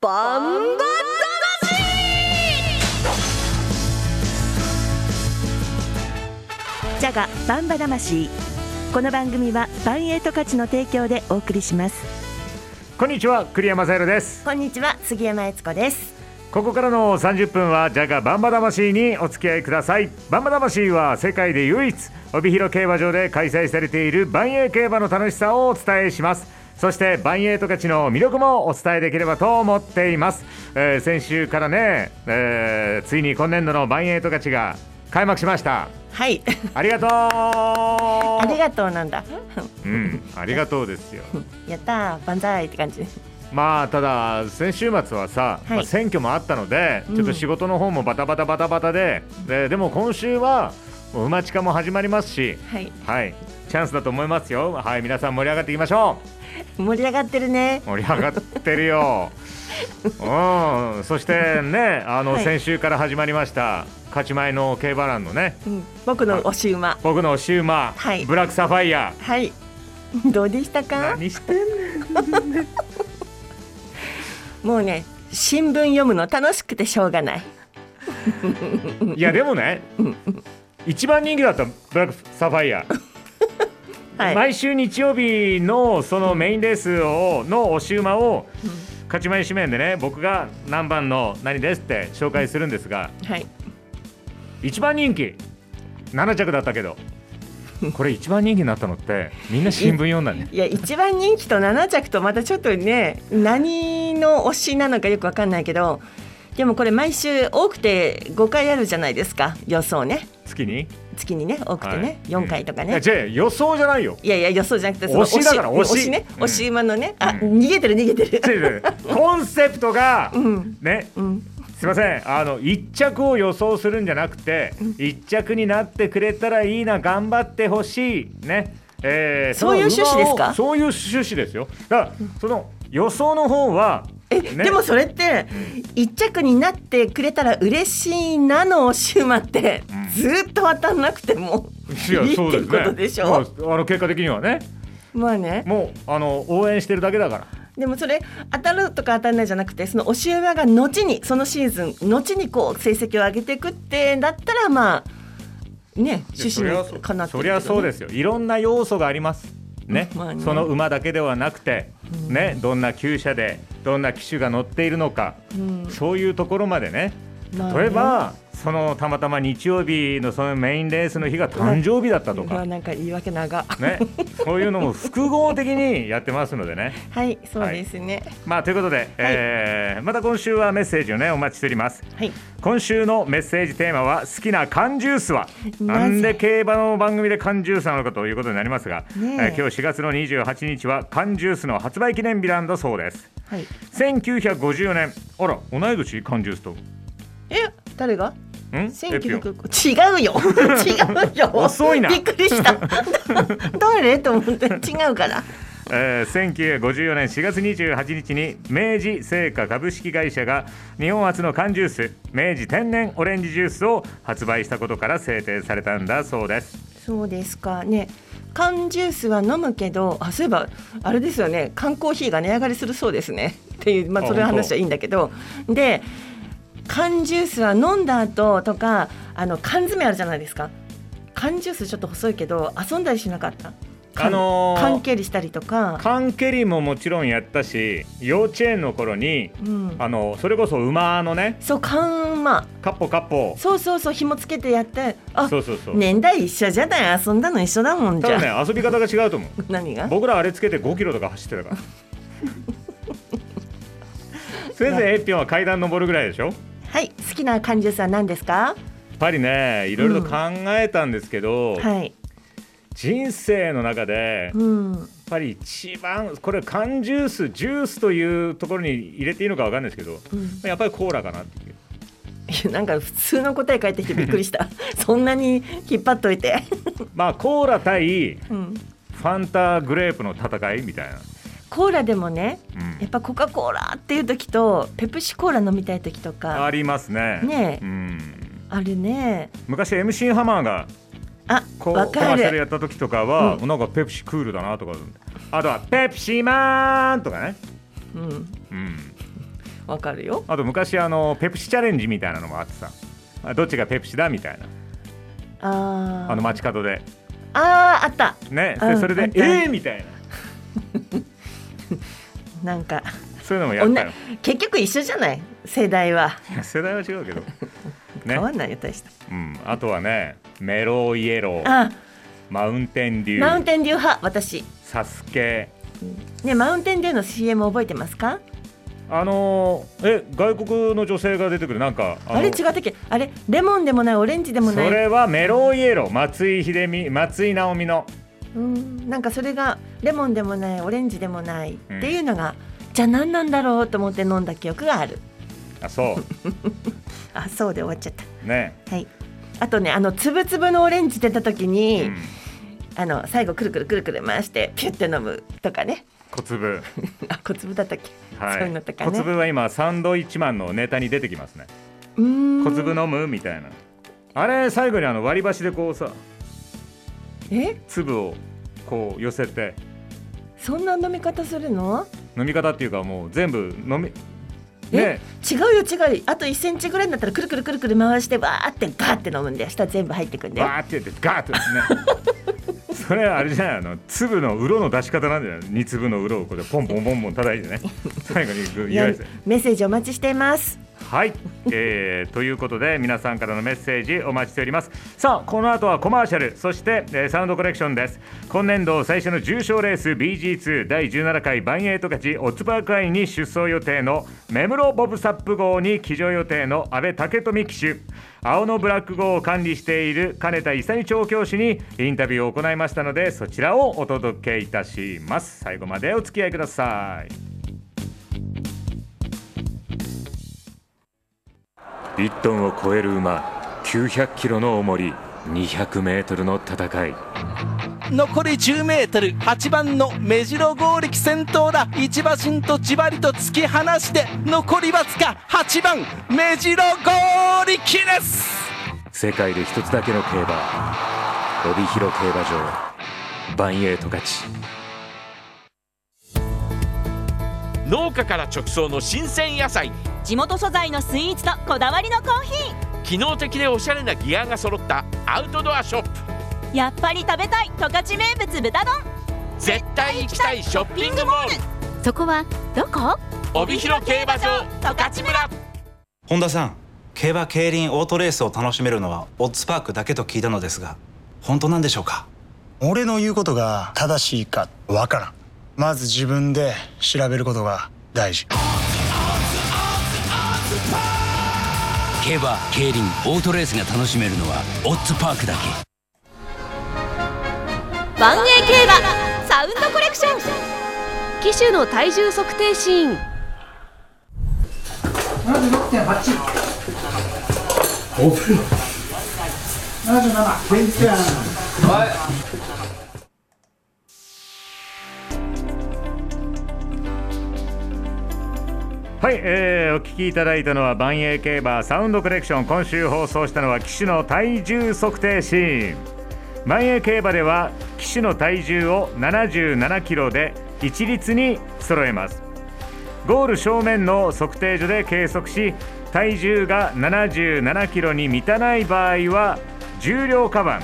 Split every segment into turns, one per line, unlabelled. バンバ
魂ジャガバンバ魂この番組はバンエイト価値の提供でお送りします
こんにちは栗山ゼロです
こんにちは杉山悦子です
ここからの30分はジャガバンバ魂にお付き合いくださいバンバ魂は世界で唯一帯広競馬場で開催されている万栄競馬の楽しさをお伝えしますそして万栄十勝の魅力もお伝えできればと思っています、えー先週からね、えーついに今年度の万栄十勝が開幕しました
はい
ありがとう
あ
あ
りがとうなんだ
うん、ありがとうですよ
やったー万歳って感じ
まあただ先週末はさ、
はい
まあ選挙もあったので、ちょっと仕事の方もバタバタバタバタでででも今週はもう馬近も始まりますし
はい
はいチャンスだと思いますよはい皆さん盛り上がっていきましょ
盛り上がってるね
う盛り上がって るようんそしてねあの、
はい
先週から始まりました勝ち前の競馬欄のね
うん僕の推し馬
僕のシウマ、
はい
ブラックサファイア
はいどうでしたか
何してん
もうね新聞読むの楽しくてしょうがない
のいやでもね一番人気だったブラックサファイア
はい
毎週日曜日のそのメインレースをの押し馬を勝ち前紙面でね僕が何番の何ですって紹介するんですが
はい
一番人気7着だった けどこれ一番人気になったのってみんな新聞読んだね
いや一番人気と7着とまたちょっとね何の推しなのかよくわかんないけどでもこれ毎週多くて5回あるじゃないですか予想ね
月に
月にね多くて
はい
ね、四4回とか
いや
ね
じゃあ予想じゃないよ
いやいや予想じゃなくてその
推しだから推し
ね
うん
推し馬のねあ、
うん
逃げてる逃げて る
違う違うコンセプトが
うん
ね
うん
すいませんあの1着を予想するんじゃなくて1着になってくれたらいいな頑張ってほしいね、えー
そういう
の馬を
趣旨ですか
そういう趣旨ですよだからその予想の方は
え、
ね
でもそれって一着になってくれたら嬉しいなの推し馬って、
うん
ずーっと当たんなくても
いや
いいって
そうですね
ことでしょ
まああの結果的にはね
まあね
もうあの応援してるだけだから
でもそれ当たるとか当たらないじゃなくてその押し馬が後にそのシーズン後にこう成績を上げていくってだったらまあね趣旨にかなって
そりゃそうですすよいろんな要素がありますね,、
まあね
その馬だけではなくて、ねどんな厩舎でどんな騎手が乗っているのか、
ん
そういうところまでね
まあね
例えばそのたまたま日曜日のそのメインレースの日が誕生日だったと
うわ
か、
なんか言い訳長
ね、そういうのも複合的にやってますのでね。
はいそうですね
まあ、ということで、えーまた今週はメッセージをねお待ちしております。
はい、
今週のメッセージテーマは好きな缶ジュースは
な
な
ぜ
んで競馬の番組で缶ジュースなのかということになりますが、
ねえ
えー今日4月の28日は缶ジュースの発売記念日なんだそうです
はい、
1950年あら同い年缶ジュースとん
え誰が
エピオン
1900違うよ 違うよ
遅いな
びっくりした 誰と思って違うから
えー1954年4月28日に明治製菓株式会社が日本初の缶ジュース明治天然オレンジジュースを発売したことから制定されたんだそうです
そうですかね缶ジュースは飲むけどあそういえばあれですよね缶コーヒーが値上がりするそうですね っていうまあ
あ
それは
本当
話はいいんだけどで缶ジュースは飲んだ後とかあの缶詰あるじゃないですか缶ジュースちょっと細いけど遊んだりしなかった缶
あのー
缶蹴りしたりとか、
缶蹴りももちろんやったし幼稚園の頃に
うん、
あのそれこそ馬のね
そう缶まあ
カッポカッポ
そうそうそう紐つけてやってあ
そうそうそう、
年代一緒じゃない遊んだの一緒だもんじ
た
ゃ
だ
ん、
ね遊び方が違うと思う
何が
僕らあれつけて5キロとか走って たからせいぜいエッピョンは階段登るぐらいでしょ
はい好きな缶ジュースは何ですか
やっぱりねいろいろと考えたんですけど、
はい
人生の中でやっ
うん
ぱり一番これ缶ジュースジュースというところに入れていいのかわかんないですけど
うん
やっぱりコーラかなっていう
いやなんか 普通の答え返ってきてびっくりした そんなに引っ張っといて、
まあコーラ対
うん、
ファンタグレープの戦いみたいな、
コーラでもね
うん
やっぱコカ・コーラっていう時とペプシコーラ飲みたい時と
あ
か
りますね
ねえ
うん、
あるね
昔 MC ハマーが
あ
こう
わ
コマ
か
ーシャル
る
やった時とかは、なんかペプシクールだなとかあとはペプシマンとかね、
うん、
うん、
わかるよ
あと昔あのペプシチャレンジみたいなのもあってさあどっちがペプシだみたいな
あー
あの街角で
あーあった
ね
う
で
ん
それで
あった
ええー、みたいな
なんか
そういうのもや
お
っ
ん
た
な
よ
結局一緒じゃない世代は、
世代は違うけどね
変わんないよ大した
うんあとはねメロイエロー
あ
マウンテンデュ
マウン
ー
テンデュー派私
サスケ
ねマウンテンデューの CM 覚えてますか
あのー、え外国の女性が出てくるなんかあの
あれ違ったっけあれレモンでもないオレンジでも
そ
ない
れはメロイエロー松井秀美松井直美の
うんなんかそれがレモンでもないオレンジでもないっ
うん
ていうのが、じゃあ何なんだろうと思って飲んだ記憶がある
あそ
あそうで終わっちゃった
うね、
はいあとねあのつぶつぶのオレンジ出た時に、
うん、
あの最後くるくるくるくる回してピュッて飲むとかね
小粒
あ小粒だったっけ
はい
そういうのとかね
小粒は今サンドイッチマンのネタに出てきますね
うーん
小粒飲むみたいなあれ最後にあの割り箸でこうさ
え
粒をこう寄せて
そんな飲み方するの
飲み方っていうかもう全部飲み
え
ね
違うよ違うよあと1センチぐらいになったらくるくるくるくる回してわーってガーって飲むんだよ下全部入ってくんだよ
バーってやってガーッ とねそれはあれじゃないあの粒の裏の出し方なんじゃない2粒の裏をこうでポンポンポンポン叩 いてね最後にグー
い
言わ
や
れて
メッセージお待ちしています
はい、 えーということで皆さんからのメッセージお待ちしておりますさあこの後はコマーシャルそして、えーサウンドコレクションです今年度最初の重賞レース BG2 第17回バンエイト勝ちオッツパークアイに出走予定の目室ボブサップ号に騎乗予定の安倍武富騎手青のブラック号を管理している金田勇調教師にインタビューを行いましたのでそちらをお届けいたします最後までお付き合いください
1トンを超える馬900キロの重り200メートルの戦い
残り 10m8 番の目白剛力先頭だ一馬身とじわりと突き放して残りわずか8番目白剛力です
世界で一つだけの競馬帯広競馬場バンエイト勝ち
農家から直送の新鮮野菜
地元素材のスイーツとこだわりのコーヒ
機能的でおしゃれなギアが揃ったアウトドアショップ
ーやっぱり食べたい十勝名物豚丼
絶対行きたいショッピングモール
そこはどこ
帯広競馬場
十勝村
本田さん競馬競輪オートレースを楽しめるのはオッズパークだけと聞いたのですが本当なんでしょうか
俺の言うことが正しいかわからんまず自分で調べることが大事
競馬競輪オートレースが楽しめるのはオッズパークだけ
バンエー競馬サウンドコレクション機種の体重測定シーン
はい、えーお聞きいただいたのは万栄競馬サウンドコレクション今週放送したのは騎手の体重測定シーン万栄競馬では騎手の体重を77キロで一律に揃えますゴール正面の測定所で計測し体重が77キロに満たない場合は重量カバン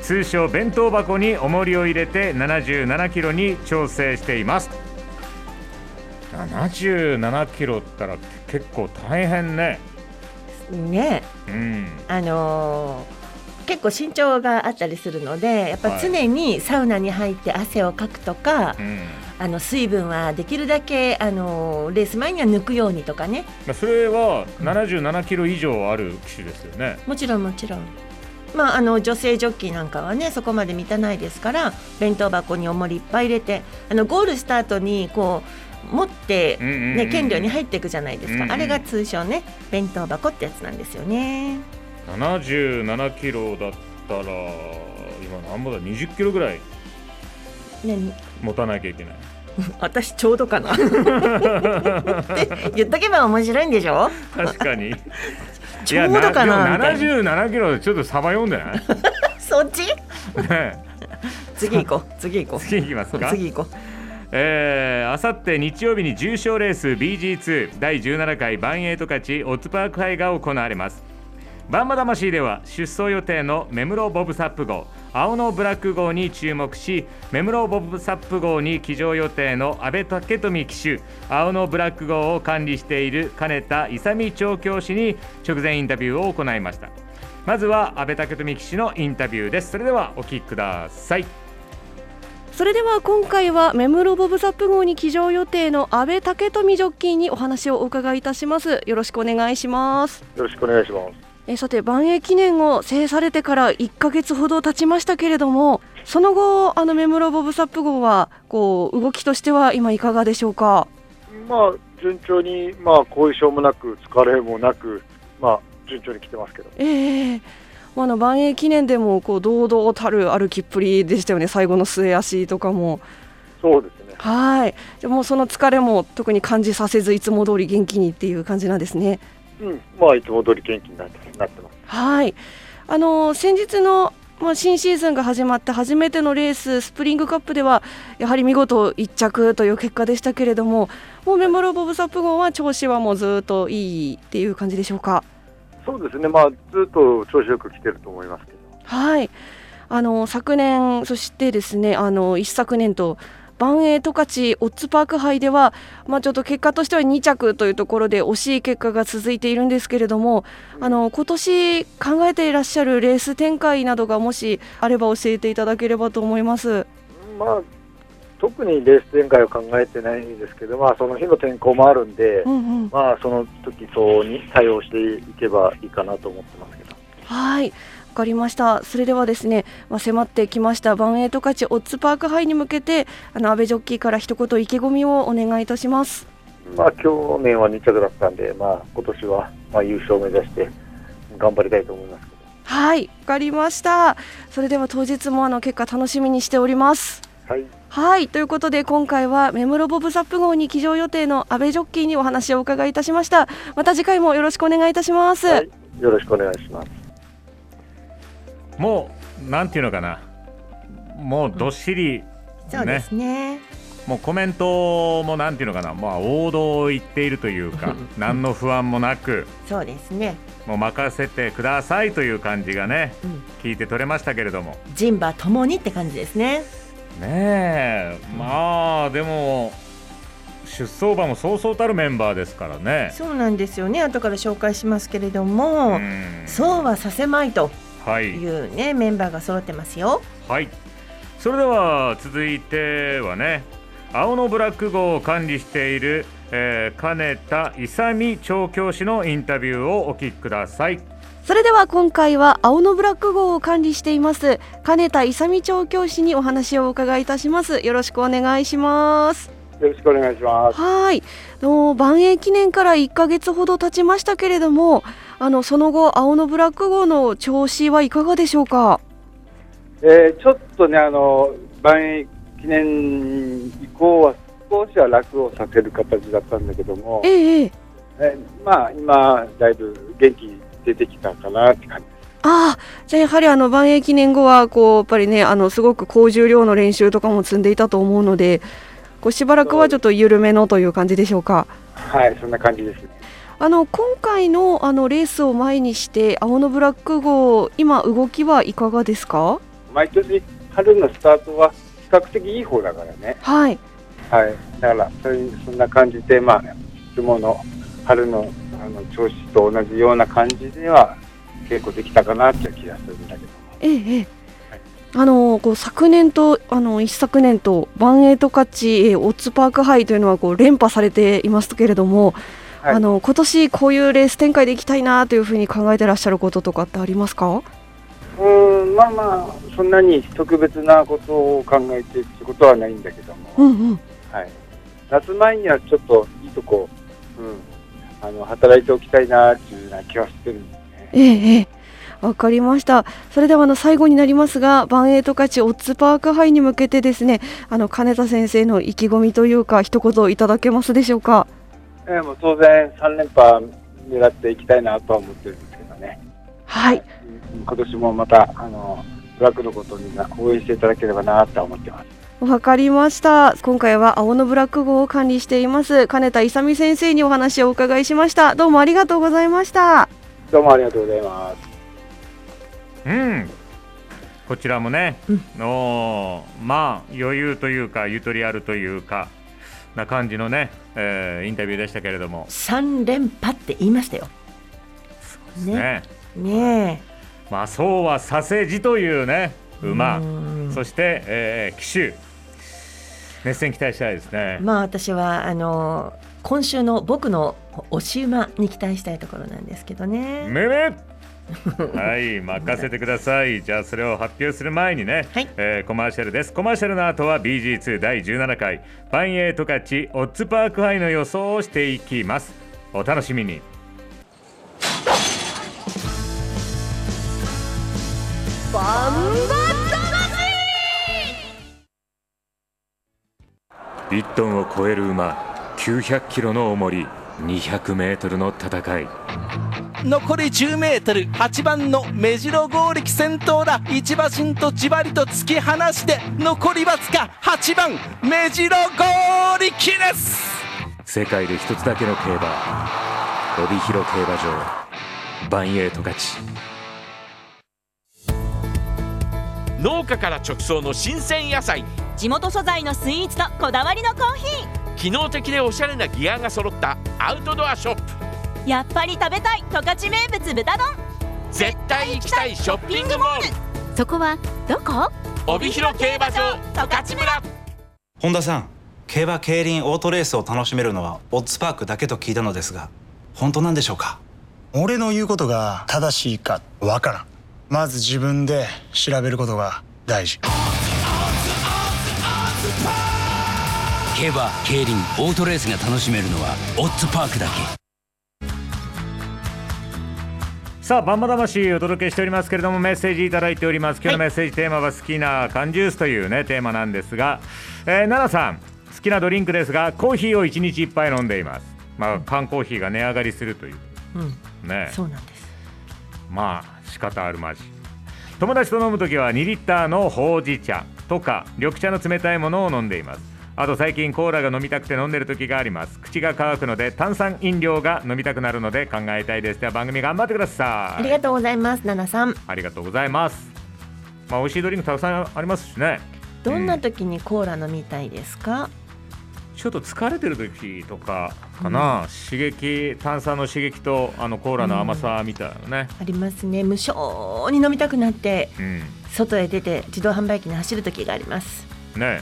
通称弁当箱に重りを入れて77キロに調整しています77キロったら結構大変ね
ね
うん
あのー結構身長があったりするのでやっぱ常にサウナに入って汗をかくとか、
うん
あの水分はできるだけあのーレース前には抜くようにとかね
まあそれは77キロ以上ある騎手ですよね
もちろんもちろん。まあ、あの女性ジョッキーなんかはねそこまで満たないですから弁当箱に重りいっぱい入れてあのゴールした後にこう持って、
うんうんうんうん
ね、権量に入っていくじゃないですか、
うんうん
あれが通称ね弁当箱ってやつなんですよね
77キロだったら今何ぼだ20キロぐらい
ね
持たなきゃいけない
私ちょうど かなって言っとけば面白いんでしょ
確 かに
ちょうどかなみたいな
77キロでちょっとさば読んでない
そっち
ね
次行こう次行こう
次いきますか
次行こ
えー、あさって日曜日に重賞レース BG2 第17回バンエイト勝ちオッズパーク杯が行われますバンバ魂では出走予定の目黒ボブサップ号青のブラック号に注目し目黒ボブサップ号に騎乗予定の阿部武富騎手青のブラック号を管理している金田勇調教師に直前インタビューを行いましたまずは阿部武富騎手のインタビューですそれではお聞きください
それでは今回はメムロボブサップ号に騎乗予定の阿部武富ジョッキーにお話をお伺いいたしますよろしくお願いします
よろしくお願いします
えさて万栄記念を制されてから1ヶ月ほど経ちましたけれどもその後あのメムロボブサップ号はこう動きとしては今いかがでしょうか
まあ順調にまあ後遺症もなく疲れもなくまあ順調に来てますけど
ええあの万栄記念でもこう堂々たる歩きっぷりでしたよね最後の末足とかも
そうですね
はいじゃあもうその疲れも特に感じさせずいつも通り元気にっていう感じなんですね
うんまあいつも通り元気になってなってます
はい。あの先日のまあ新シーズンが始まって初めてのレーススプリングカップではやはり見事1着という結果でしたけれども、もうメモロボブサップ号は調子はもうずっといいっていう感じでしょうか。
そうですねまあずっと調子よく来てると思いますけど
はい。あの昨年そしてですねあの一昨年と。万栄十勝オッズパーク杯では、まあ、ちょっと結果としては2着というところで惜しい結果が続いているんですけれども、あの今年考えていらっしゃるレース展開などがもしあれば教えていただければと思います。
まあ特にレース展開を考えてないんですけどまあその日の天候もあるんで、
うんうん
まあその時そうに対応していけばいいかなと思ってますけど
はいわかりましたそれではですね、まあ、迫ってきました万栄十勝オッズパーク杯に向けてあの安倍ジョッキーから一言意気込みをお願いいたします。
まあ去年は2着だったんでまあ今年はまあ優勝を目指して頑張りたいと思います
はい、わかりました。それでは当日もあの結果楽しみにしております。
はい。
ということで今回はメムロボブサップ号に騎乗予定の安倍ジョッキーにお話をお伺いいたしました。また次回もよろしくお願いいたします。
よろしくお願いします
もうなんていうのかなもうどっしり、
そうですね
もうコメントもなんていうのかな、まあ、王道を言っているというか何の不安もなく
そうですね
もう任せてくださいという感じがね、聞いて取れましたけれども
ジンバともにって感じですね
ねえまあでも出走馬もそうそうたるメンバーですからね
そうなんですよね後から紹介しますけれども、そうはさせまいと
はい
いうねメンバーが揃ってますよ
はいそれでは続いてはね青のブラック号を管理している、えー金田勇調教師のインタビューをお聞きください
それでは今回は青のブラック号を管理しています金田勇調教師にお話をお伺いいたします。よろしくお願いします。
よろしくお願いします
はい。あの万栄記念から1ヶ月ほど経ちましたけれども、あのその後青のブラック号の調子はいかがでしょうか。
えーちょっとね、あの万栄記念以降は少しは楽をさせる形だったんだけども、
え
え
え。
ーまあ、今、だいぶ元気に出てきたかなって感じ、
ああ、じゃあやはりあの万栄記念後はこうやっぱりねあのすごく高重量の練習とかも積んでいたと思うので、こうしばらくはちょっと緩めのという感じでしょうか。
はい、そんな感じですね。
あの今回のあのレースを前にして青のブラック号今動きはいかがですか。
毎年、春のスタートは比較的いい方だからね、
はい。
はい、だからそれそんな感じで、まあ、いつもの春のあの調子と同じような感じでは、結構できたかなっていう気がするんだけど。
ええええ。あのこう昨年とあの一昨年とバンエイト勝ち、えーオッズパーク杯というのはこう連覇されていますけれども、あの今年こういうレース展開でいきたいなというふうに考えてらっしゃることとかってありますか？
うーんまあまあそんなに特別なことを考えてってことはないんだけども、
うんうん。
はい、夏前にはちょっといいとこ、うん、あの働いておきたいなっていうような気はしてるんで
ええええ。わかりました。それではあの最後になりますが、バンエイト勝ちオッズパーク杯に向けてですね、あの金田先生の意気込みというか一言いただけますでしょうか？
えーもう当然3連覇狙っていきたいなとは思ってるんですけどね
はい
今年もまたあのブラックのことをみんな応援していただければなとは思ってます
わかりました今回は青のブラック号を管理しています金田勇先生にお話をお伺いしましたどうもありがとうございました
どうもありがとうございます。
うんこちらもね、おーまあ余裕というかゆとりあるというかな感じのね、えーインタビューでしたけれども
三連覇って言いましたよ。
ね
ね
まあそうはさせじというね馬そして、えー、騎手熱戦期待したいです
え、
ね
まあ私はあの今週の僕の押し馬に期待したいところなんですけどね。
めめはい任せてくださいじゃあそれを発表する前にね、えーコマーシャルですコマーシャルの後は BG2 第17回バンエイトカチオッズパーク杯の予想をしていきますお楽しみに
バンバ
1トンを超える馬900キロの重り200メートルの戦い
残り 10m8 番の目白剛力先頭だ一馬身とじわりと突き放して残りわずか8番目白剛力です
世界で一つだけの競馬帯広競馬場バンエイト勝ち
農家から直送の新鮮野菜
地元素材のスイーツとこだわりのコーヒ
機能的でおしゃれなギアが揃ったアウトドアショップ
ーやっぱり食べたい十勝名物豚丼
絶対行きたいショッピングモール
そこはどこ
帯広競馬場十勝村
本田さん競馬競輪オートレースを楽しめるのはオッズパークだけと聞いたのですが本当なんでしょうか
俺の言うことが正しいかわからんまず自分で調べることが大事
競馬競輪オートレースが楽しめるのはオッズパークだけ
さあ、バンバ魂お届けしておりますけれども、メッセージいただいております。今日のメッセージテーマは好きな缶ジュースというね、テーマなんですが、えー、奈良さん、好きなドリンクですが、コーヒーを1日1杯飲んでいます。まあ、缶コーヒーが値上がりするという。ね。
そうなんです。
まあ、仕方あるまじ。友達と飲むときは2リッターのほうじ茶とか緑茶の冷たいものを飲んでいますあと最近コーラが飲みたくて飲んでる時があります口が乾くので炭酸飲料が飲みたくなるので考えたいですでは番組頑張ってください
ありがとうございますナナさん。
ありがとうございます。まあ、美味しいドリンクたくさんありますしね。
どんな時にコーラ飲みたいですか。
ちょっと疲れてる時とかかな、刺激、炭酸の刺激と、あのコーラの甘さみたいなね。
ありますね無性に飲みたくなって
うん、
外へ出て自動販売機に走る時があります。
ね、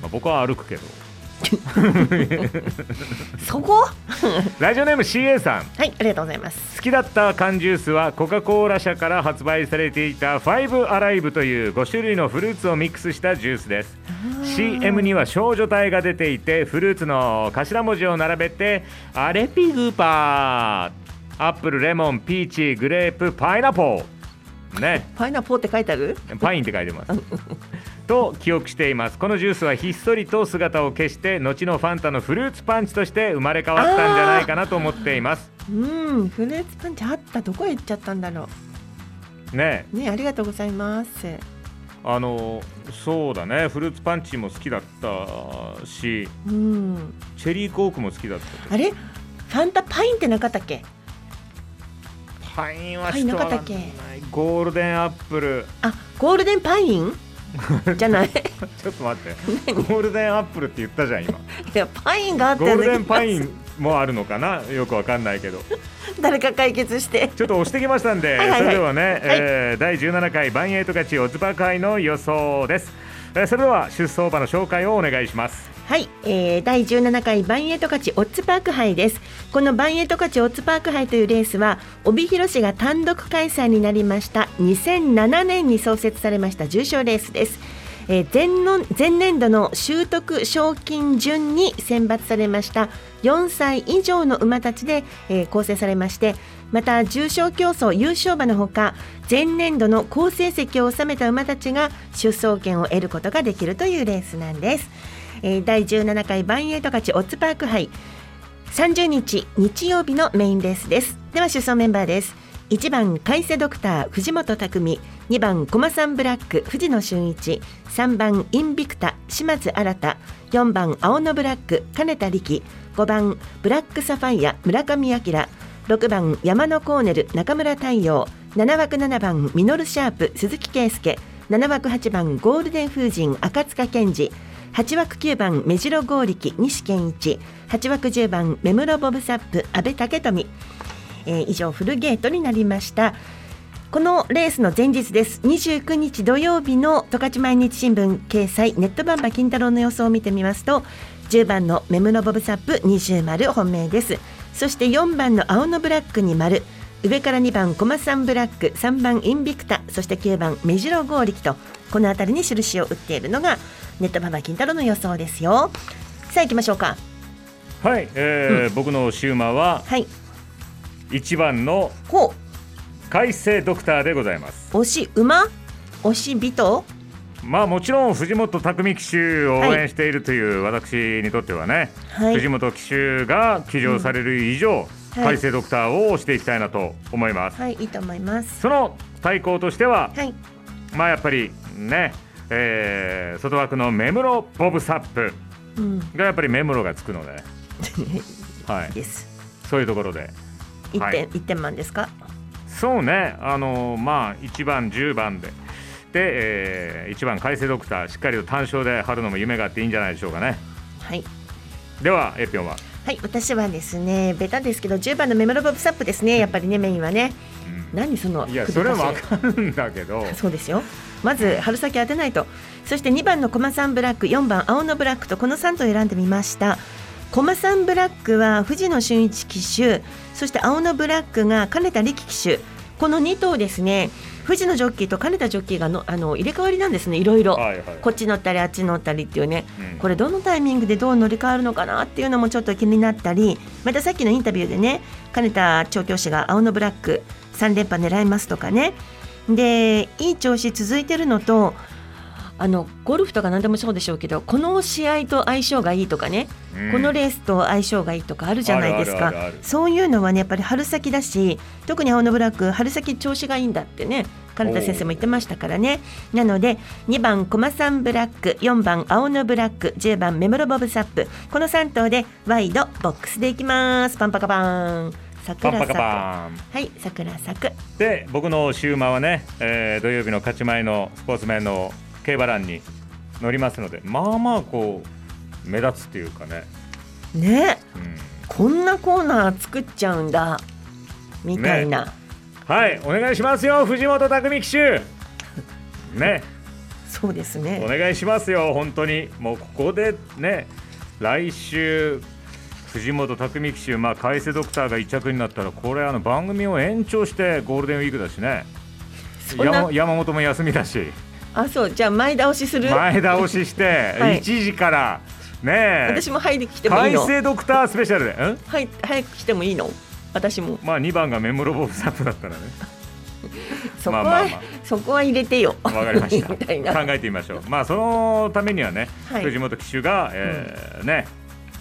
まあ、僕は歩くけど。
そこ
ラジオネーム CA さん。
はいありがとうございます。
好きだった缶ジュースはコカ・コーラ社から発売されていたファイブアライブという5種類のフルーツをミックスしたジュースです CM には少女隊が出ていてフルーツの頭文字を並べてアレピグパーアップルレモンピーチグレープパイナポーね
パイナポーって書いてある？
パインって書いてますと記憶していますこのジュースはひっそりと姿を消して後のファンタのフルーツパンチとして生まれ変わったんじゃないかなと思っています
うんフルーツパンチあったどこへ行っちゃったんだろ
ね
う。ねありがとうございます。
あのそうだねフルーツパンチも好きだったし
うん
チェリーコークも好きだった
あれファンタパインってなかったっけ？
パイン
パインなかったっけ？
ゴールデンアップル
あゴールデンパイン？じゃない い
ちょっと待ってゴールデンアップルって言ったじゃん今
やパインがあった
ゴ
よ
ー
うな気
ル
が
デンパインもあるのかなよくわかんないけど
誰か解決して
ちょっと押してきましたん
は
で、
いはいはい
それではね、えー第17回バンエイト勝ちオズバ会の予想です、えーそれでは出走馬の紹介をお願いします
はい、えー第17回バンエイト勝ちオッズパーク杯ですこのバンエイト勝ちオッズパーク杯というレースは帯広市が単独開催になりました2007年に創設されました重賞レースです、えー前の前年度の習得賞金順に選抜されました4歳以上の馬たちで、えー構成されましてまた重賞競争優勝馬のほか前年度の好成績を収めた馬たちが出走権を得ることができるというレースなんです、えー第17回バンエイト勝ちオッズパーク杯30日日曜日のメインレースですでは出走メンバーです1番海瀬ドクター藤本匠2番駒さんブラック藤野俊一3番インビクタ島津新4番青のブラック金田力5番ブラックサファイア村上明6番山のコーネル中村太陽7枠7番ミノルシャープ鈴木圭介7枠8番ゴールデン風神赤塚健二8枠9番目白剛力西健一8枠10番目室ボブサップ阿部武富、えー以上フルゲートになりましたこのレースの前日です29日土曜日の十勝毎日新聞掲載ネットバンバ金太郎の予想を見てみますと10番のメムノボブサップ20丸本命ですそして4番の青のブラックに丸上から2番コマサンブラック3番インビクタそして9番目白剛力とこの辺りに印を打っているのがネットバンバ金太郎の予想ですよさあ行きましょうか
はい、えー僕のシウマは、
はい、
1番の
ほ
海星ドクターでございます
推し馬推し人
まあもちろん藤本匠騎手を応援しているという私にとってはね、
はい
藤本騎手が騎乗される以上、
うんはい
海星ドクターを推していきたいなと思います、
はいいいと思います
その対抗としては、
はい
まあやっぱりね、えー外枠の目室ボブサップ
うん
がやっぱり目室がつくの で、はい、
です
そういうところで
一点、
はい
一点満ですか
そうね、あのまあ、1番、10番で、で、え1番、海星ドクター、しっかりと単勝で張るのも夢があっていいんじゃないでしょうかね。
はい
では、エピオンは、
はい私はですねベタですけど10番のメモロボブサップですねやっぱりねメインはね、何その
いや、
首
それ
か
は
し
分かるんだ けど、
そうですよまず春先当てないとそして2番の駒さんブラック4番青のブラックとこの3頭を選んでみました駒さんブラックは藤野俊一騎手そして青のブラックが金田力騎手この2頭ですね藤野ジョッキーと金田ジョッキーがのあの入れ替わりなんですねいろいろ、
はいはい
こっち乗ったりあっち乗ったりっていうね、
うん
これどのタイミングでどう乗り換わるのかなっていうのもちょっと気になったりまたさっきのインタビューでね金田調教師が青のブラック3連覇狙いますとかねでいい調子続いてるのとあのゴルフとか何でもそうでしょうけどこの試合と相性がいいとかね、
うん
このレースと相性がいいとかあるじゃないですか
あるあるあるある
そういうのはねやっぱり春先だし特に青のブラック春先調子がいいんだってね金田先生も言ってましたからねなので2番コマサンブラック4番青のブラック10番メモロボブサップこの3頭でワイドボックスでいきますパンパカパン
パ
桜
ンパ
咲く
カパン。
はい桜咲く
で、僕のシウマはね、えー土曜日の勝ち前のスポーツ面の競馬欄に乗りますので、まあまあ、こう、目立つっていうかね、
ね、こんなコーナー作っちゃうんだみたいな、
ねはい、お願いしますよ、藤本匠騎 手。ね。
そうですね
お願いしますよ、本当に。もうここでね、来週、藤本匠騎手、まあ、海瀬ドクターが1着になったら、これ、あの番組を延長してゴールデンウィークだしね。
そんな
山山本も休みだし
あそうじゃあ前倒しする
前倒しし て
はい
1時からね
私も入ってきてもいい
海
の
星ドクタースペシャルでん
はい早く来てもいいの私も
まあ2番がメモロボブサップだったらね
そこは、
まあまあまあ
そこは入れてよ
わかりまし
みたい
た。
な
考えてみましょう。まあそのためにはね、
はい
藤本騎手が、えーね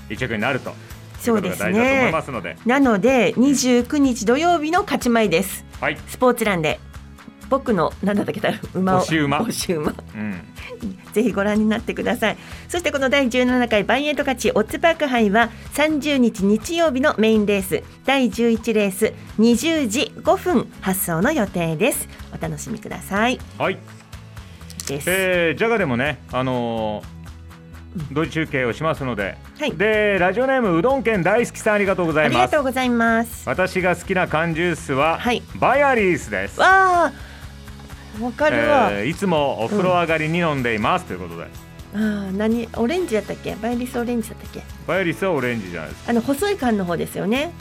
一着になるという
そ
こ
う
と
で
が
す
大事だと思い
ね
ますので、
なので29日土曜日の勝ち前です
はい。
スポーツ欄で僕のなんだったっけだ馬を
押し馬
押し馬
うん。
ぜひご覧になってください。そしてこの第17回バンエイト勝ちオッズパーク杯は30日日曜日のメインレース第11レース20時5分発送の予定です。お楽しみください。
はい。
です
えージャガでもね、あのー同時中継をしますので、
はい
でラジオネームうどん県大好きさんありがとうござ
あ
い
り
ま
が
す
とう。ございます。
私が好きな缶ジュースは、バヤリースです。
わあ、わかるわ。
えーいつもお風呂上がりに飲んでいます、ということで、
ああ、何オレンジだったっけ？バイリスオレンジだったっけ？
バヤリースはオレンジじゃないですか
あの細い缶の方ですよね。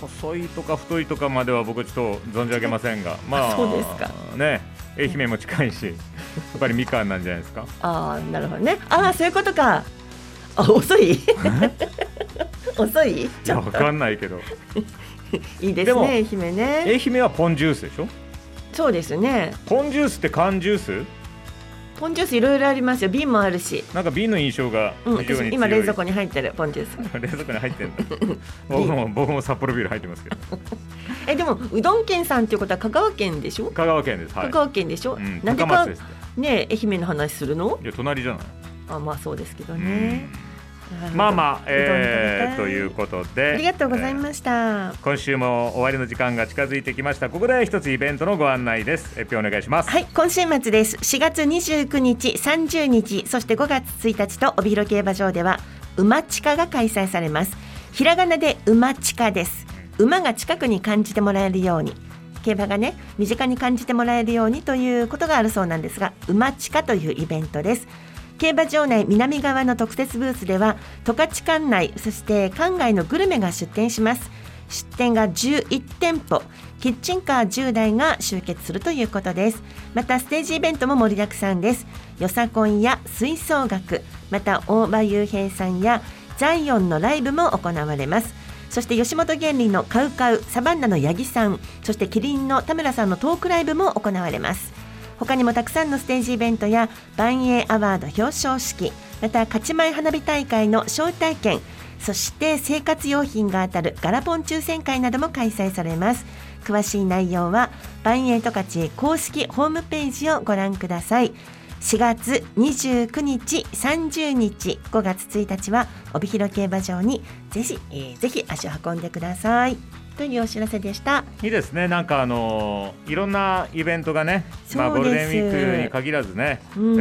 細いとか太いとかまでは僕ちょっと存じ上げませんが、まあ
そうですか
ね、愛媛も近いし、やっぱりみかんなんじゃないですか。
ああ、なるほどね。ああ、そういうことか。あ、遅い。 遅い。
いやわかんないけど、
いいで
ですも
ね、愛媛ね。
愛媛はポンジュースでしょ。
そうですね。
ポンジュースって缶ジュー
ポンジュースいろいろありますよ。瓶もあるし。
ス？なんか瓶の印象が
うん、
非
私
常に強い。
今冷 蔵庫に入ってるポンジュース。
冷蔵庫に入ってんだ。僕も僕も札幌ビール入ってますけど。
えでもうどん県さんっていうことは香川県でしょ
香川県です、はい、
香川県でしょ、
うん
なんで
高
か
松ですって
ねえ愛媛の話するの
いや隣じゃない
あまあそうですけどね
まあま
うどん食
あ、
べ
え
たい
ー、ということ
あ
で
りがとうございました、
今週も終わりの時間が近づいてきましたここで一つイベントのご案内ですえっぴお願いします
はい今週末です4月29日30日そして5月1日と帯広競馬場では馬地下が開催されますひらがなで馬地下です馬が近くに感じてもらえるように競馬がね身近に感じてもらえるようにということがあるそうなんですが馬地下というイベントです競馬場内南側の特設ブースでは十勝館内そして館外のグルメが出店します出店が11店舗キッチンカー10台が集結するということですまたステージイベントも盛りだくさんですよさこんや吹奏楽また大場雄平さんやザイオンのライブも行われますそして吉本芸人のカウカウサバンナの八木さんそしてキリンの田村さんのトークライブも行われます他にもたくさんのステージイベントや万栄アワード表彰式また勝ち前花火大会の招待券そして生活用品が当たるガラポン抽選会なども開催されます詳しい内容は万栄十勝公式ホームページをご覧ください4月29日30日5月1日は帯広競馬場にぜひ、えーぜひ足を運んでくださいというお知らせでした
いいですねなんかあのーいろんなイベントがね、まあ、ゴ
そう
ー
で
ル
す
デンウィークに限らずね、え
うん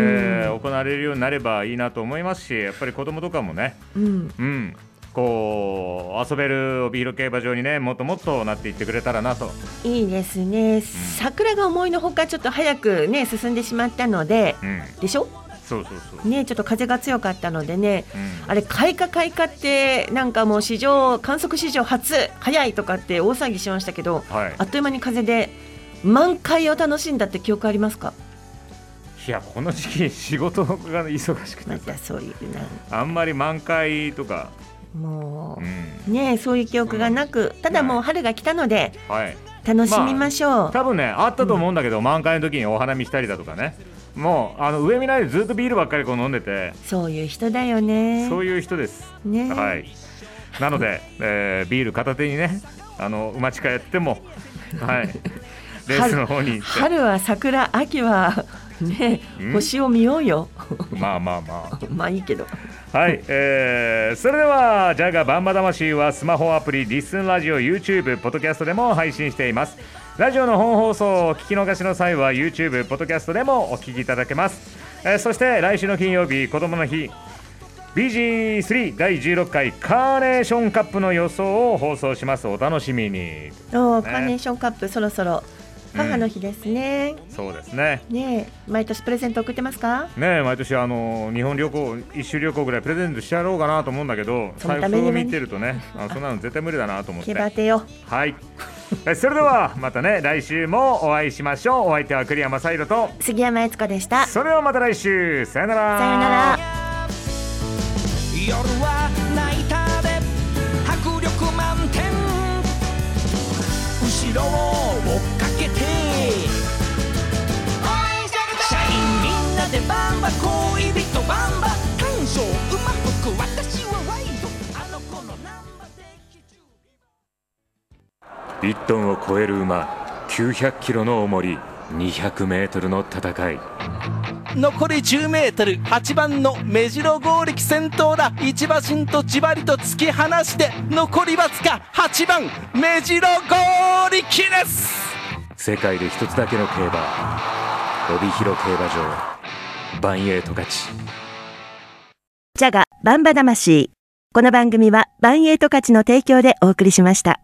ー行われるようになればいいなと思いますしやっぱり子供とかもね、
うん
うん、こう遊べる帯広競馬場にねもっともっとなっていってくれたらなと
いいですね桜が思いのほかちょっと早くね進んでしまったので、
うん
でしょ
そうそうそう、
ねちょっと風が強かったのでね、
うん
あれ開花開花ってなんかもう史上観測史上初早いとかって大騒ぎしましたけど、
はい
あっという間に風で満開を楽しんだって記憶ありますか
いやこの時期仕事が忙しくてさ
そういう
あんまり満開とか
も
う、うん
ねそういう記憶がなく、ただもう春が来たので
はい、
楽しみましょう、
あ多分ねあったと思うんだけど、満開の時にお花見したりだとかねもうあの上見ないでずっとビールばっかりこう飲んでて
そういう人だよね
そういう人です、
ね
はいなので、えービール片手にねあの馬近やっても はいレースの方に行って
春は桜秋はね
うん
星を見ようよ
まあまあまあ
まあいいけど
はい、えー、それではジャガバンバ魂はスマホアプリリッスンラジオ YouTube ポッドキャストでも配信していますラジオの本放送をお聞き逃しの際は YouTube ポッドキャストでもお聞きいただけます、えーそして来週の金曜日子供の日 BG3 第16回カーネーションカップの予想を放送しますお楽しみに
おーカーネーションカップそろそろ母の日ですね、
そうですね
ねえ毎年プレゼント送ってますか
ねえ毎年あの日本旅行一周旅行ぐらいプレゼントしてやろうかなと思うんだけど
その
財
ために
布
は
を
ね
見てるとねあそんなの絶対無理だなと 思って
毛羽手よ
はい。 えそれではまたね来週もお会いしましょう。お相手は栗山サイドと。
杉山悦子でした
それではまた来週。さよなら。
さよなら
夜はナイターで迫力満点後ろを追っかけて社員みんなでバンバ恋人バンバ感情うまく私はワイドあの子の名
1トンを超える馬900キロの重り200メートルの戦い
残り 10m8 番の目白剛力先頭だ一馬身とじわりと突き放して残りわずか8番目白剛力です
世界で一つだけの競馬帯広競馬場万栄十勝
ジャガバンバ魂この番組はバンエイト勝ちの提供でお送りしました